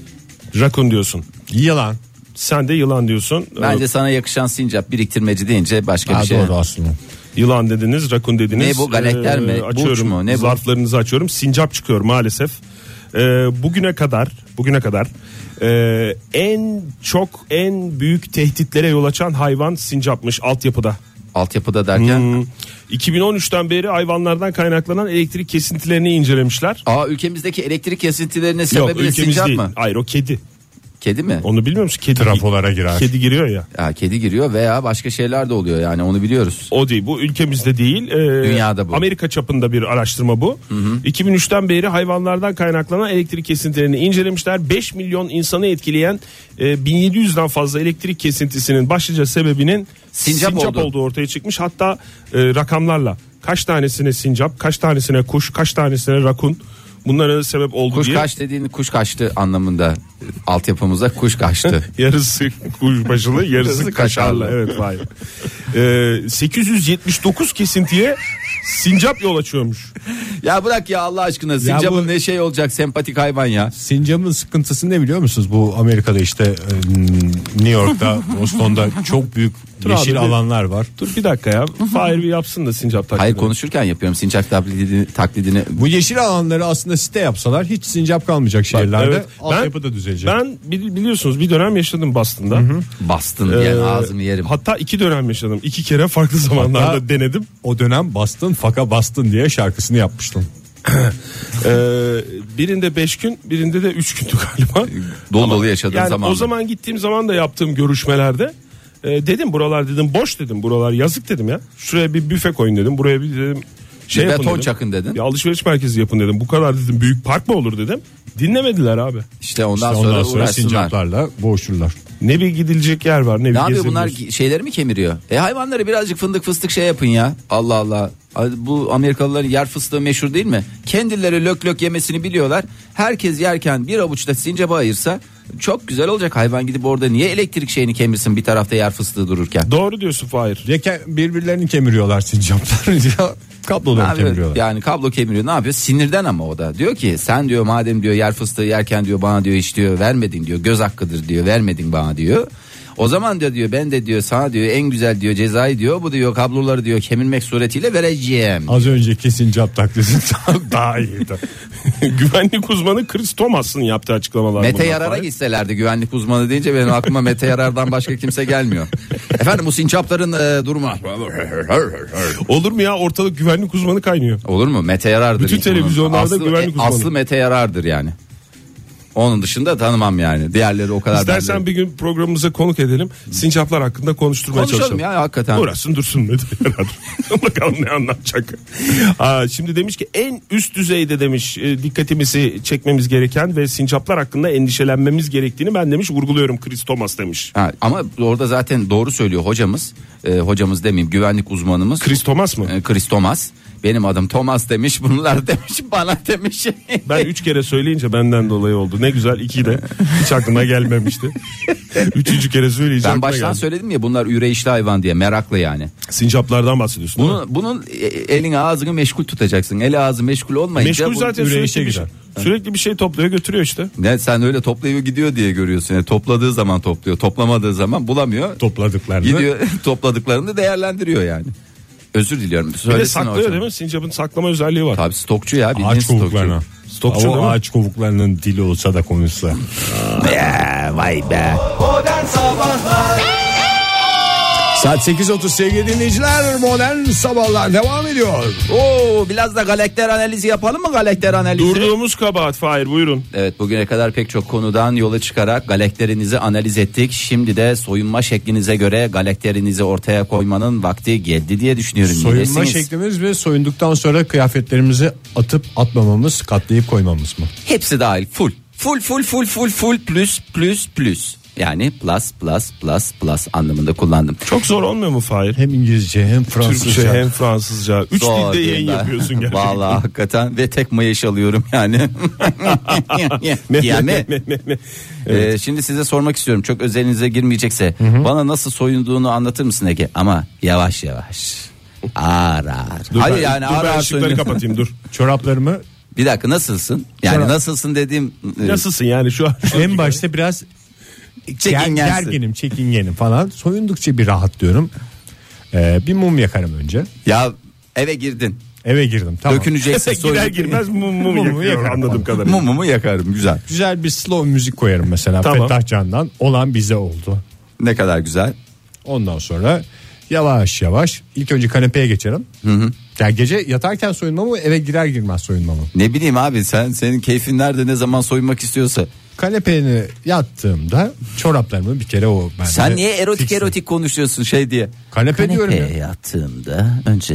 Speaker 5: rakun diyorsun.
Speaker 3: Yılan.
Speaker 5: Sen de yılan diyorsun. Ee,
Speaker 4: Bence sana yakışan sincap biriktirmeci deyince başka
Speaker 3: Ha,
Speaker 4: bir şey.
Speaker 3: Doğru aslında.
Speaker 5: Ee, Yılan dediniz, rakun dediniz. Ee,
Speaker 4: Ne bu, galakter mi? Burç
Speaker 5: Açıyorum.
Speaker 4: mu? Ne bu?
Speaker 5: Zarflarınızı açıyorum. Sincap çıkıyor maalesef. Ee, bugüne kadar, bugüne kadar e, en çok en büyük tehditlere yol açan hayvan sincapmış altyapıda.
Speaker 4: Altyapıda derken.
Speaker 5: Hmm. 2013'ten beri hayvanlardan kaynaklanan elektrik kesintilerini incelemişler.
Speaker 4: Aa ülkemizdeki elektrik kesintilerine
Speaker 5: Yok
Speaker 4: sebebi de
Speaker 5: ülkemiz
Speaker 4: sincap
Speaker 5: değil.
Speaker 4: mı?
Speaker 5: Hayır o kedi.
Speaker 4: Kedi mi?
Speaker 5: Onu bilmiyor musun? Kedi,
Speaker 3: Trafolara girer.
Speaker 5: Kedi giriyor ya.
Speaker 4: Ha, kedi giriyor veya başka şeyler de oluyor yani onu biliyoruz.
Speaker 5: O değil bu ülkemizde değil. Ee,
Speaker 4: Dünyada bu.
Speaker 5: Amerika çapında bir araştırma bu. 2003'ten beri hayvanlardan kaynaklanan elektrik kesintilerini incelemişler. 5 milyon insanı etkileyen e, 1700'den fazla elektrik kesintisinin başlıca sebebinin
Speaker 4: Sincap
Speaker 5: sincap,
Speaker 4: oldu.
Speaker 5: olduğu ortaya çıkmış. Hatta e, rakamlarla kaç tanesine sincap, kaç tanesine kuş, kaç tanesine rakun bunlara sebep oldu
Speaker 4: Kuş
Speaker 5: diye.
Speaker 4: kaç dediğin kuş kaçtı anlamında altyapımıza kuş kaçtı.
Speaker 5: Yarısı kuşbaşılı yarısı kaşarlı.
Speaker 4: kaşarlı.
Speaker 5: Evet vay. Ee, 879 kesintiye sincap yol açıyormuş.
Speaker 4: ya bırak ya Allah aşkına sincapın
Speaker 3: bu-
Speaker 4: ne şey olacak sempatik hayvan ya.
Speaker 3: Sincap'ın sıkıntısı ne biliyor musunuz? Bu Amerika'da işte e, New York'ta, Boston'da çok büyük yeşil
Speaker 5: abi,
Speaker 3: alanlar var.
Speaker 5: Dur bir dakika ya. Fahir bir yapsın da sincap taklidi.
Speaker 4: Hayır konuşurken yapıyorum sincap taklidini, taklidini
Speaker 3: Bu yeşil alanları aslında site yapsalar hiç sincap kalmayacak şehirlerde.
Speaker 5: evet. Ben-
Speaker 3: Altyapı da gelecek.
Speaker 5: Ben bili- biliyorsunuz bir dönem yaşadım Boston'da.
Speaker 4: Bastın
Speaker 5: Ee,
Speaker 4: yani ağzını yerim.
Speaker 5: Hatta iki dönem yaşadım. İki kere farklı zamanlarda
Speaker 3: Hatta-
Speaker 5: denedim.
Speaker 3: O dönem bastın faka bastın diye şarkısını yapmıştım.
Speaker 5: Ee, birinde beş gün, birinde de üç gündü galiba.
Speaker 4: Dolu dolu yaşadığın
Speaker 5: yani
Speaker 4: zaman.
Speaker 5: o zaman gittiğim zaman da yaptığım görüşmelerde e, dedim buralar dedim boş dedim buralar yazık dedim ya. Şuraya bir büfe koyun dedim. Buraya bir dedim şey
Speaker 4: Bir
Speaker 5: yapın
Speaker 4: beton
Speaker 5: dedim.
Speaker 4: çakın dedin.
Speaker 5: Bir alışveriş merkezi yapın dedim. Bu kadar dedim büyük park mı olur dedim. Dinlemediler abi.
Speaker 4: İşte ondan,
Speaker 3: İşte ondan
Speaker 4: sonra,
Speaker 3: sonra
Speaker 4: uğraşsınlar.
Speaker 3: sincaplarla boğuşurlar.
Speaker 5: Ne bir gidilecek yer var ne,
Speaker 4: Ne
Speaker 5: bir
Speaker 4: yapıyor
Speaker 5: gezilecek.
Speaker 4: bunlar ki- şeyleri mi kemiriyor? E hayvanları birazcık fındık fıstık şey yapın ya. Allah Allah. Ay, Bu Amerikalıların yer fıstığı meşhur değil mi? Kendileri lök lök yemesini biliyorlar. Herkes yerken bir avuçta sincaba ayırsa çok güzel olacak. Hayvan gidip orada niye elektrik şeyini kemirsin bir tarafta yer fıstığı dururken?
Speaker 5: Doğru diyorsun Fahir.
Speaker 3: Ya ke- birbirlerini kemiriyorlar sincaplar ya
Speaker 4: Ne
Speaker 3: kabloları
Speaker 4: yapıyor?
Speaker 3: kemiriyorlar.
Speaker 4: Yani kablo kemiriyor ne yapıyor? Sinirden ama o da. Diyor ki sen diyor madem diyor yer fıstığı yerken diyor bana diyor hiç diyor vermedin diyor. Göz hakkıdır diyor vermedin bana diyor. O zaman da diyor ben de diyor sana diyor en güzel diyor cezayı diyor bu diyor kabloları diyor kemirmek suretiyle vereceğim.
Speaker 3: Az önceki sincap taklidi daha- daha iyiydi.
Speaker 5: Güvenlik uzmanı Chris Thomas'ın yaptığı açıklamalar.
Speaker 4: Mete
Speaker 5: bunlar
Speaker 4: Yarar'a
Speaker 5: Fahir.
Speaker 4: gitselerdi güvenlik uzmanı deyince benim aklıma Mete Yarar'dan başka kimse gelmiyor. Efendim bu sinçapların e, durumu.
Speaker 5: Olur mu ya ortalık güvenlik uzmanı kaynıyor.
Speaker 4: Olur mu? Mete Yarar'dır.
Speaker 5: Bütün
Speaker 4: ilk bunun.
Speaker 5: televizyonlarda
Speaker 4: Aslı-
Speaker 5: güvenlik
Speaker 4: e,
Speaker 5: uzmanı.
Speaker 4: Aslı Mete Yarar'dır yani. Onun dışında tanımam yani. Diğerleri o kadar.
Speaker 5: İstersen
Speaker 4: bende-
Speaker 5: bir gün programımıza konuk edelim. Sincaplar hakkında konuşturmaya
Speaker 4: Konuşalım
Speaker 5: çalışalım.
Speaker 4: ya hakikaten.
Speaker 5: Uğraşsın dursun Mete Yarar. Bakalım ne anlatacak. Aa, şimdi demiş ki en üst düzeyde demiş e, dikkatimizi çekmemiz gereken ve sincaplar hakkında endişelenmemiz gerektiğini ben demiş vurguluyorum Chris Thomas demiş.
Speaker 4: Ha, ama orada zaten doğru söylüyor hocamız. Ee, hocamız demeyeyim güvenlik uzmanımız.
Speaker 5: Chris Thomas mı?
Speaker 4: Ee, Chris Thomas. Benim adım Thomas demiş bunlar demiş bana demiş.
Speaker 5: Ben üç kere söyleyince benden dolayı oldu. Ne güzel iki de hiç aklıma gelmemişti. Üçüncü kere söyleyince
Speaker 4: Ben
Speaker 5: aklıma
Speaker 4: baştan
Speaker 5: geldi.
Speaker 4: söyledim ya bunlar üreyişli hayvan diye meraklı yani.
Speaker 5: Sincaplardan bahsediyorsun. değil mi?
Speaker 4: Bunu, bunun e, elini ağzını meşgul tutacaksın. Eli ağzı meşgul olmayınca.
Speaker 5: Meşgul
Speaker 4: bu-
Speaker 5: zaten
Speaker 3: yüreğe
Speaker 5: sürekli bir,
Speaker 3: gider.
Speaker 5: sürekli bir şey topluyor götürüyor işte.
Speaker 4: Ne, sen öyle toplayıp gidiyor diye görüyorsun. Yani topladığı zaman topluyor toplamadığı zaman bulamıyor.
Speaker 3: Topladıklarını.
Speaker 4: Gidiyor topladıklarını değerlendiriyor yani. Özür diliyorum.
Speaker 5: Bir de
Speaker 4: Söylesin
Speaker 5: saklıyor
Speaker 4: hocam.
Speaker 5: değil mi? Sincapın saklama özelliği var.
Speaker 4: Tabii stokçu ya bildiğin
Speaker 3: Ağaç kovuklarına.
Speaker 4: stokçu.
Speaker 5: Stokçu değil
Speaker 3: o
Speaker 5: mi?
Speaker 3: ağaç kovuklarının dili olsa da konuşsa.
Speaker 4: Ya, vay be.
Speaker 2: Modern Sabahlar
Speaker 3: Saat 8.30 sevgili dinleyiciler modern sabahlar devam ediyor.
Speaker 4: Oo biraz da galakter analizi yapalım mı galakter analizi?
Speaker 5: Durduğumuz kabahat Fahir buyurun.
Speaker 4: Evet bugüne kadar pek çok konudan yola çıkarak galakterinizi analiz ettik. Şimdi de soyunma şeklinize göre galakterinizi ortaya koymanın vakti geldi diye düşünüyorum.
Speaker 3: Soyunma
Speaker 4: Bilirsiniz.
Speaker 3: şeklimiz ve soyunduktan sonra kıyafetlerimizi atıp atmamamız, katlayıp koymamız mı?
Speaker 4: Hepsi dahil full. Full full full full full plus plus plus. Yani plus plus plus plus anlamında kullandım.
Speaker 5: Çok zor olmuyor mu Fahir?
Speaker 3: Hem İngilizce hem
Speaker 5: Türkçe
Speaker 3: Fransızca.
Speaker 5: hem Fransızca. Üç
Speaker 4: Zor
Speaker 5: dilde
Speaker 4: değil
Speaker 5: yayın
Speaker 4: be.
Speaker 5: yapıyorsun gerçekten.
Speaker 4: Vallahi hakikaten ve tek mayış alıyorum yani. yani. Ee, şimdi size sormak istiyorum çok özelinize girmeyecekse bana nasıl soyunduğunu anlatır mısın Ege? Ama yavaş yavaş. Ağır ağır.
Speaker 5: Dur
Speaker 4: Hayır
Speaker 5: ben-
Speaker 4: yani
Speaker 5: dur
Speaker 4: ağır
Speaker 5: ben
Speaker 4: ağır
Speaker 5: ışıkları
Speaker 4: soyunuyorsun.
Speaker 5: kapatayım dur.
Speaker 3: Çoraplarımı
Speaker 4: Bir dakika nasılsın? Yani
Speaker 3: Sonra-
Speaker 4: nasılsın dediğim e,
Speaker 5: Nasılsın yani şu an?
Speaker 3: en başta biraz ger-
Speaker 4: çekingensin.
Speaker 3: gerginim, çekingenim falan. Soyundukça bir rahatlıyorum. Ee, bir mum yakarım önce.
Speaker 4: Ya eve girdin.
Speaker 3: Eve girdim tamam.
Speaker 4: Döküneceksin
Speaker 5: Girer
Speaker 4: soyun-
Speaker 5: girmez mum mum
Speaker 3: Mumumu
Speaker 5: yakıyor
Speaker 3: yakar.
Speaker 5: anladığım kadarıyla.
Speaker 4: Mumumu yakarım güzel.
Speaker 3: Güzel bir slow müzik koyarım mesela
Speaker 5: Tamam.
Speaker 3: Fettah Can'dan. Olan bize oldu.
Speaker 4: Ne kadar güzel.
Speaker 3: Ondan sonra yavaş yavaş ilk önce kanepeye geçerim. Yani gece yatarken soyunma mı eve girer girmez soyunma mı?
Speaker 4: Ne bileyim abi sen senin keyfin nerede ne zaman soyunmak istiyorsa.
Speaker 3: Kanepeye yattığımda çoraplarımı bir kere o ben
Speaker 4: Sen niye erotik erotik konuşuyorsun şey diye.
Speaker 3: Kanepe diyorum ya.
Speaker 4: yattığımda önce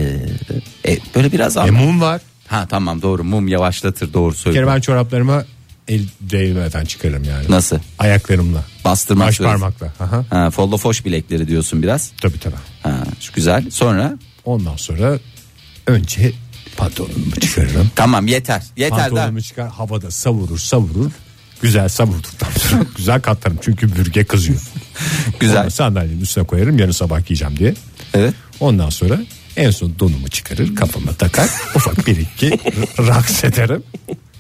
Speaker 4: e, böyle biraz
Speaker 3: E
Speaker 4: ama.
Speaker 3: mum var.
Speaker 4: Ha tamam doğru mum yavaşlatır doğru
Speaker 3: Bir kere
Speaker 4: söylüyorsun.
Speaker 3: ben çoraplarımı el değmeden çıkarım yani.
Speaker 4: Nasıl?
Speaker 3: Ayaklarımla.
Speaker 4: Bastırmak
Speaker 3: Baş
Speaker 4: sureti-
Speaker 3: parmakla. Aha.
Speaker 4: Ha, follofoş bilekleri diyorsun biraz.
Speaker 3: Tabii tabii.
Speaker 4: Ha, şu güzel. Sonra
Speaker 3: Ondan sonra önce pantolonumu çıkarırım.
Speaker 4: tamam yeter. Yeter daha.
Speaker 3: Pantolonumu çıkar havada savurur savurur. Güzel savurduktan sonra güzel katlarım. Çünkü bürge kızıyor.
Speaker 4: Güzel.
Speaker 3: Onu sandalyenin üstüne koyarım yarın sabah giyeceğim diye.
Speaker 4: Evet.
Speaker 3: Ondan sonra en son donumu çıkarır kafama takar. ufak bir iki raks ederim.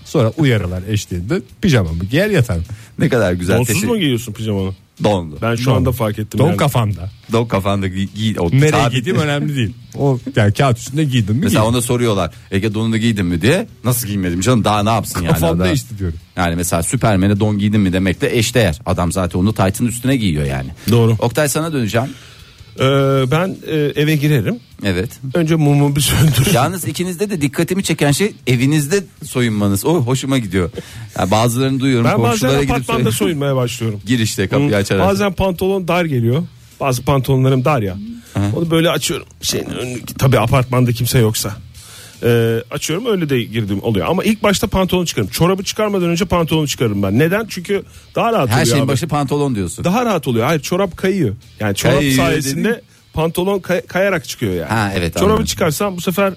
Speaker 3: Sonra uyarılar eşliğinde pijamamı giyer yatarım.
Speaker 4: Ne kadar güzel.
Speaker 5: Donsuz
Speaker 4: teşekkür-
Speaker 5: mu giyiyorsun pijamanı?
Speaker 4: Donlu.
Speaker 5: Ben şu anda fark ettim.
Speaker 3: Don
Speaker 5: yani.
Speaker 3: kafamda.
Speaker 4: Don kafanda giy, giy o
Speaker 3: Nereye
Speaker 4: sabit-
Speaker 3: giydiğim önemli değil. O yani kağıt üstünde giydim mi?
Speaker 4: Mesela
Speaker 3: giydim.
Speaker 4: ona soruyorlar Ege donunu giydin mi diye. Nasıl giymedim canım daha ne yapsın yani.
Speaker 3: Kafam
Speaker 4: adam?
Speaker 3: değişti diyorum.
Speaker 4: Yani mesela Süpermen'e don giydin mi demekle eşdeğer. Adam zaten onu Titan üstüne giyiyor yani.
Speaker 5: Doğru.
Speaker 4: Oktay sana döneceğim.
Speaker 5: Ee, ben e, eve girerim.
Speaker 4: Evet.
Speaker 5: Önce mumu bir söndürürüm.
Speaker 4: Yalnız ikinizde de dikkatimi çeken şey evinizde soyunmanız. O hoşuma gidiyor. Yani bazılarını duyuyorum
Speaker 5: Ben bazen
Speaker 4: komşulara gidip
Speaker 5: apartmanda
Speaker 4: soyun.
Speaker 5: soyunmaya başlıyorum.
Speaker 4: Girişte kapıyı açarak.
Speaker 5: Bazen pantolon dar geliyor. Bazı pantolonlarım dar ya. Onu böyle açıyorum. Şeyin önünü, tabii apartmanda kimse yoksa. Ee, açıyorum öyle de girdim oluyor. Ama ilk başta pantolon çıkarım. Çorabı çıkarmadan önce pantolonu çıkarırım ben. Neden? Çünkü daha rahat
Speaker 4: Her şey
Speaker 5: oluyor.
Speaker 4: şeyin
Speaker 5: abi.
Speaker 4: başı pantolon diyorsun.
Speaker 5: Daha rahat oluyor. Hayır çorap kayıyor. Yani çorap
Speaker 4: Kayıyor
Speaker 5: sayesinde
Speaker 4: dedin.
Speaker 5: pantolon kay- kayarak çıkıyor yani.
Speaker 4: Ha, evet,
Speaker 5: Çorabı
Speaker 4: anladım.
Speaker 5: çıkarsam bu sefer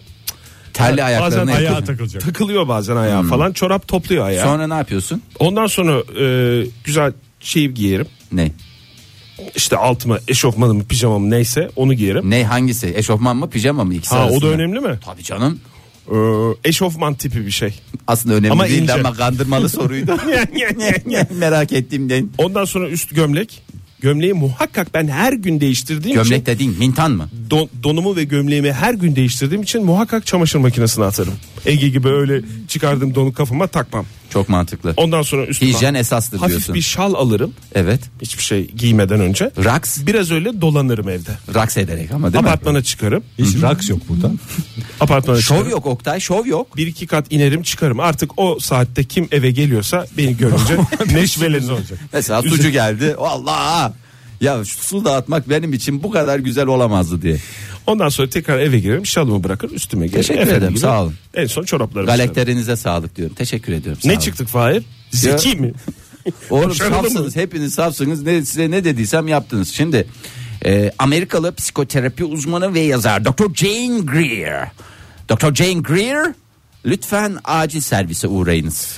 Speaker 4: Terli
Speaker 5: bazen
Speaker 4: ayaklarına
Speaker 5: ayağa
Speaker 4: yakın.
Speaker 5: takılacak. Takılıyor bazen
Speaker 4: Hmm.
Speaker 5: ayağa falan. Çorap topluyor ayağı.
Speaker 4: Sonra ne yapıyorsun?
Speaker 5: Ondan sonra e, güzel şey giyerim.
Speaker 4: Ne?
Speaker 5: İşte altıma eşofmanımı pijamamı neyse onu giyerim.
Speaker 4: Ne hangisi? Eşofman mı pijama mı? İkisi
Speaker 5: Ha o da
Speaker 4: arasında.
Speaker 5: önemli mi?
Speaker 4: Tabii canım.
Speaker 5: Ee, eşofman tipi bir şey.
Speaker 4: Aslında önemli
Speaker 5: Ama
Speaker 4: değil
Speaker 5: ince.
Speaker 4: ama kandırmalı soruydu. Merak ettiğimden.
Speaker 5: Ondan sonra üst gömlek. Gömleği muhakkak ben her gün değiştirdiğim
Speaker 4: Gömlek
Speaker 5: için
Speaker 4: dediğin mintan mı?
Speaker 5: don- donumu ve gömleğimi her gün değiştirdiğim için muhakkak çamaşır makinesine atarım. Ege gibi öyle çıkardım donu kafama takmam.
Speaker 4: Çok mantıklı.
Speaker 5: Ondan sonra üstüme
Speaker 4: Hijyen esastır
Speaker 5: hafif
Speaker 4: diyorsun.
Speaker 5: bir şal alırım.
Speaker 4: Evet.
Speaker 5: Hiçbir şey giymeden önce.
Speaker 4: Raks.
Speaker 5: Biraz öyle dolanırım evde.
Speaker 4: Raks ederek ama değil mi?
Speaker 5: Apartmana çıkarım.
Speaker 3: Hiç raks yok burada.
Speaker 5: Apartmana çıkarım.
Speaker 4: Şov yok Oktay şov yok.
Speaker 5: bir iki kat inerim çıkarım. Artık o saatte kim eve geliyorsa beni görünce neşvelenir olacak.
Speaker 4: Mesela sucu geldi. Allah. Ya şu su dağıtmak benim için bu kadar güzel olamazdı diye.
Speaker 5: Ondan sonra tekrar eve girerim şalımı bırakır üstüme gelirim.
Speaker 4: Teşekkür
Speaker 5: Efendim
Speaker 4: ederim,
Speaker 5: gibi.
Speaker 4: sağ olun.
Speaker 5: En son çoraplarımı çıkarım.
Speaker 4: Galakterinize sağlık diyorum. Teşekkür ediyorum. sağ
Speaker 5: Ne
Speaker 4: olun.
Speaker 5: çıktık Fahir? Zeki mi?
Speaker 4: Oğlum
Speaker 5: Başarılı
Speaker 4: safsınız hepiniz safsınız ne, size ne dediysem yaptınız. Şimdi e, Amerikalı psikoterapi uzmanı ve yazar Dr. Jane Greer. Dr. Jane Greer lütfen acil servise uğrayınız.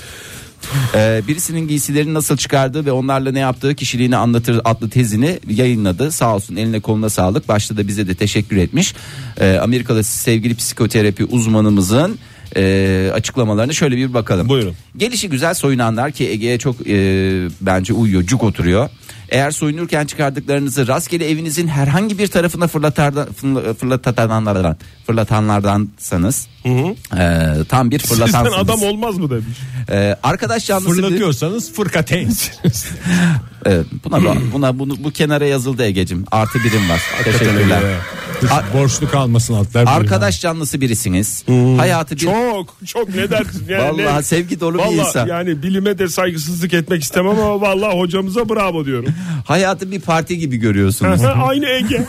Speaker 4: E, birisinin giysilerini nasıl çıkardığı ve onlarla ne yaptığı kişiliğini anlatır adlı tezini yayınladı. Sağ olsun eline koluna sağlık. Başta da bize de teşekkür etmiş. E, Amerikalı sevgili psikoterapi uzmanımızın e, açıklamalarını şöyle bir bakalım.
Speaker 5: Buyurun.
Speaker 4: Gelişi güzel soyunanlar ki Ege'ye çok e, bence uyuyor cuk oturuyor. Eğer soyunurken çıkardıklarınızı rastgele evinizin herhangi bir tarafına fırlatarda, fırla- fırlatanlardan fırlatanlardansanız e, tam bir
Speaker 5: Sizden
Speaker 4: fırlatansınız.
Speaker 5: adam olmaz mı demiş.
Speaker 4: E, arkadaş canlısı bir-
Speaker 3: Fırlatıyorsanız fırkateynsiniz.
Speaker 4: e, buna buna bunu bu kenara yazıldı Ege'cim. Artı birim var. Teşekkürler. A-
Speaker 3: Ee, Borçlu kalmasın altlar.
Speaker 4: Arkadaş canlısı birisiniz. Hayatı bir
Speaker 5: Çok çok ne dersin? Yani
Speaker 4: Vallahi
Speaker 5: ne-
Speaker 4: sevgi dolu bir
Speaker 5: Vallahi
Speaker 4: insan.
Speaker 5: yani bilime de saygısızlık etmek istemem ama vallahi hocamıza bravo diyorum.
Speaker 4: hayatı bir parti gibi görüyorsunuz.
Speaker 5: Aynı Ege.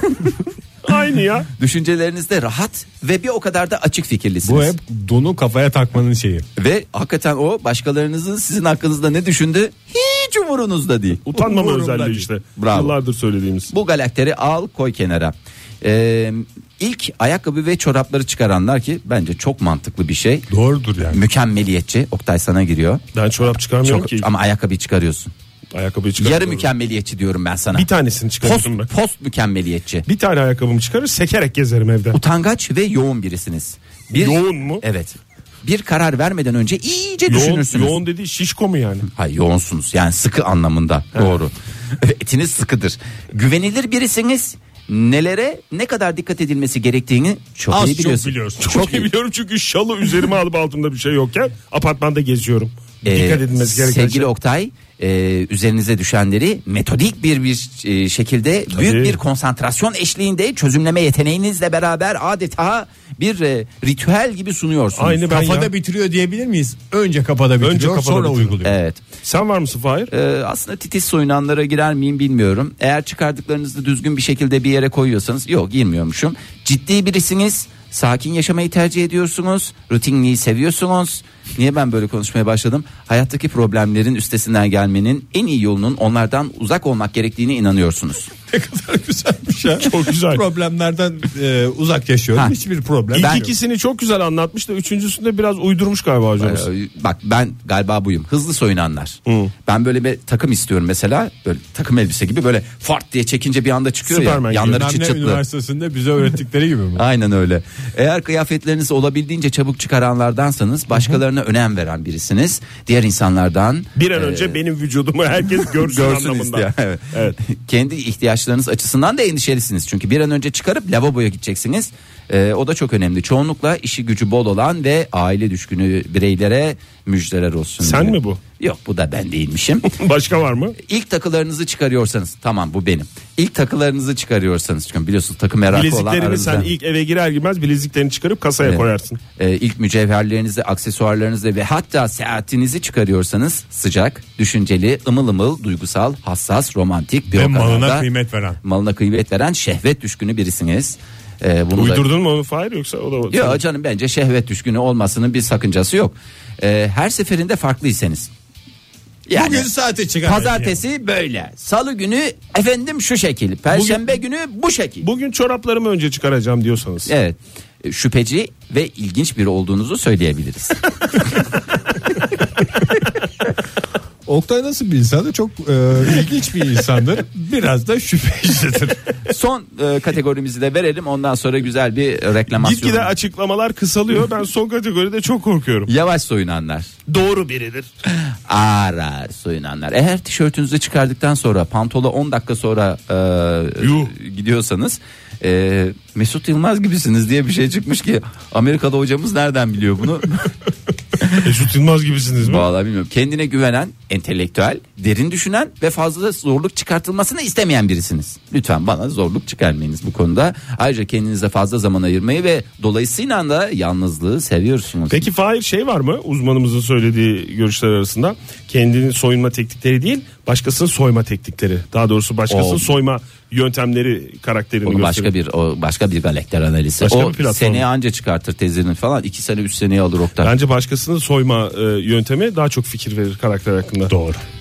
Speaker 5: Aynı ya.
Speaker 4: Düşüncelerinizde rahat ve bir o kadar da açık fikirlisiniz.
Speaker 3: Bu hep donu kafaya takmanın şeyi.
Speaker 4: Ve hakikaten o başkalarınızın sizin hakkınızda ne düşündü hiç umurunuzda değil.
Speaker 5: Utanmama
Speaker 4: Umurumda
Speaker 5: özelliği
Speaker 4: değil.
Speaker 5: işte.
Speaker 4: Bravo.
Speaker 5: Yıllardır söylediğimiz.
Speaker 4: Bu galakteri al koy kenara. Ee, ilk ayakkabı ve çorapları çıkaranlar ki bence çok mantıklı bir şey.
Speaker 3: Doğrudur yani.
Speaker 4: Mükemmeliyetçi Oktay sana giriyor.
Speaker 5: Ben çorap çıkarmıyorum
Speaker 4: Çok,
Speaker 5: ki.
Speaker 4: ama ayakkabıyı çıkarıyorsun.
Speaker 5: Ayakkabıyı çıkarmıyorum.
Speaker 4: Yarı mükemmeliyetçi diyorum ben sana.
Speaker 5: Bir tanesini
Speaker 4: post,
Speaker 5: çıkarırım ben.
Speaker 4: post mükemmeliyetçi.
Speaker 5: Bir tane ayakkabımı çıkarır sekerek gezerim evde.
Speaker 4: Utangaç ve yoğun birisiniz. Bir,
Speaker 5: Yoğun mu?
Speaker 4: Evet. Bir karar vermeden önce iyice
Speaker 5: Yoğun,
Speaker 4: düşünürsünüz.
Speaker 5: yoğun dediği şişko mu yani?
Speaker 4: Hayır yoğunsunuz yani sıkı anlamında doğru. Etiniz sıkıdır. Güvenilir birisiniz. Nelere ne kadar dikkat edilmesi gerektiğini çok
Speaker 3: Az
Speaker 4: iyi
Speaker 3: çok
Speaker 4: biliyorsun.
Speaker 3: biliyorsun.
Speaker 5: Çok, iyi biliyorum çünkü şalı üzerime alıp altımda bir şey yokken apartmanda geziyorum.
Speaker 4: Ee,
Speaker 5: Dikkat edilmesi gereken
Speaker 4: Sevgili
Speaker 5: şey.
Speaker 4: Oktay e, üzerinize düşenleri metodik bir bir e, şekilde büyük bir konsantrasyon eşliğinde çözümleme yeteneğinizle beraber adeta bir e, ritüel gibi sunuyorsunuz.
Speaker 5: Aynı ben
Speaker 3: Kafada
Speaker 5: ya.
Speaker 3: bitiriyor diyebilir miyiz? Önce kafada bitiriyor
Speaker 5: Önce kafada
Speaker 3: sonra
Speaker 5: bitiriyor.
Speaker 3: uyguluyor.
Speaker 4: Evet.
Speaker 5: Sen var mısın Fahir?
Speaker 4: Ee, aslında titiz soyunanlara girer miyim bilmiyorum. Eğer çıkardıklarınızı düzgün bir şekilde bir yere koyuyorsanız yok girmiyormuşum. Ciddi birisiniz. Sakin yaşamayı tercih ediyorsunuz. Rutinliği seviyorsunuz. Niye ben böyle konuşmaya başladım? Hayattaki problemlerin üstesinden gelmenin en iyi yolunun onlardan uzak olmak gerektiğine inanıyorsunuz.
Speaker 3: ne kadar güzelmiş ya.
Speaker 5: Çok güzel.
Speaker 3: Problemlerden e, uzak yaşıyorum.
Speaker 4: Ha.
Speaker 3: Hiçbir problem.
Speaker 5: İlk
Speaker 4: Ben-
Speaker 5: ikisini çok güzel anlatmış da üçüncüsünde biraz uydurmuş galiba hocamız.
Speaker 4: Ee, Bak ben galiba buyum. Hızlı soyunanlar. Ben böyle bir takım istiyorum mesela. Böyle takım elbise gibi böyle fart diye çekince bir anda çıkıyor
Speaker 5: Superman gibi.
Speaker 4: ya. Yanları çıt
Speaker 3: Bilmem ne
Speaker 4: çıtlı.
Speaker 3: üniversitesinde bize öğrettikleri gibi mi?
Speaker 4: Aynen öyle. Eğer kıyafetlerinizi olabildiğince çabuk çıkaranlardansanız başkalarına önem veren birisiniz. Diğer insanlardan
Speaker 5: Bir an önce benim vücudumu herkes görsün,
Speaker 4: Ee, görsün
Speaker 5: anlamında.
Speaker 4: isteyen. Evet.
Speaker 5: Evet.
Speaker 4: Kendi ihtiyaçlarınız açısından da endişelisiniz. Çünkü bir an önce çıkarıp lavaboya gideceksiniz. Ee, o da çok önemli. Çoğunlukla işi gücü bol olan ve aile düşkünü bireylere müjdeler olsun.
Speaker 5: Sen
Speaker 4: diyor.
Speaker 5: mi bu?
Speaker 4: Yok bu da ben değilmişim.
Speaker 5: Başka var mı?
Speaker 4: İlk takılarınızı çıkarıyorsanız tamam bu benim. İlk takılarınızı çıkarıyorsanız çünkü biliyorsunuz takı merakı olan
Speaker 5: Bileziklerini
Speaker 4: aranızda.
Speaker 5: sen ilk eve girer girmez bileziklerini çıkarıp kasaya
Speaker 4: Evet.
Speaker 5: koyarsın.
Speaker 4: Ee, ilk mücevherlerinizi, aksesuarlarınızı ve hatta seyahatinizi çıkarıyorsanız sıcak, düşünceli, ımıl ımıl, duygusal, hassas, romantik bir
Speaker 3: Ve
Speaker 4: o kadar
Speaker 3: malına
Speaker 4: da-
Speaker 3: kıymet veren.
Speaker 4: Malına kıymet veren şehvet düşkünü birisiniz. Ee, bunu da-
Speaker 5: Uydurdun mu onu Fahir yoksa o da
Speaker 4: Yok canım bence şehvet düşkünü olmasının bir sakıncası yok. Ee, her seferinde farklıysanız. Yani
Speaker 3: Bugün saate çıkar.
Speaker 4: pazartesi böyle. Salı günü efendim şu şekil. Perşembe günü bu şekil.
Speaker 5: Bugün çoraplarımı önce çıkaracağım diyorsanız.
Speaker 4: Evet. E, Şüpheci ve ilginç biri olduğunuzu söyleyebiliriz.
Speaker 3: Oktay nasıl bir insandı? Çok e, ilginç bir insandır. Biraz da şüphecidir.
Speaker 4: Son e, kategorimizi de verelim. Ondan sonra güzel bir reklamasyon.
Speaker 5: Gitgide açıklamalar kısalıyor. Ben son kategoride çok korkuyorum.
Speaker 4: Yavaş soyunanlar.
Speaker 5: Doğru biridir.
Speaker 4: Ağır ağır soyunanlar. Eğer tişörtünüzü çıkardıktan sonra pantola 10 dakika sonra e,
Speaker 5: Yuh.
Speaker 4: gidiyorsanız e, Mesut Yılmaz gibisiniz diye bir şey çıkmış ki Amerika'da hocamız nereden biliyor bunu?
Speaker 5: Mesut Yılmaz gibisiniz mi?
Speaker 4: Vallahi bilmiyorum. Kendine güvenen, entelektüel, derin düşünen ve fazla zorluk çıkartılmasını istemeyen birisiniz. Lütfen bana zorluk çıkarmayınız bu konuda. Ayrıca kendinize fazla zaman ayırmayı ve dolayısıyla da yalnızlığı seviyorsunuz.
Speaker 5: Peki Fahir şey var mı uzmanımızın söylediği görüşler arasında kendini soyunma teknikleri değil başkasının soyma teknikleri daha doğrusu başkasının
Speaker 4: Oo.
Speaker 5: soyma yöntemleri karakterini
Speaker 4: Onu
Speaker 5: gösteriyor.
Speaker 4: başka bir o başka bir galakter analizi.
Speaker 5: Başka bir
Speaker 4: o
Speaker 5: platform.
Speaker 4: seneye anca çıkartır tezini falan. iki sene üç seneye alır Oktay.
Speaker 5: Bence başkasının soyma e, yöntemi daha çok fikir verir karakter hakkında. Doğru.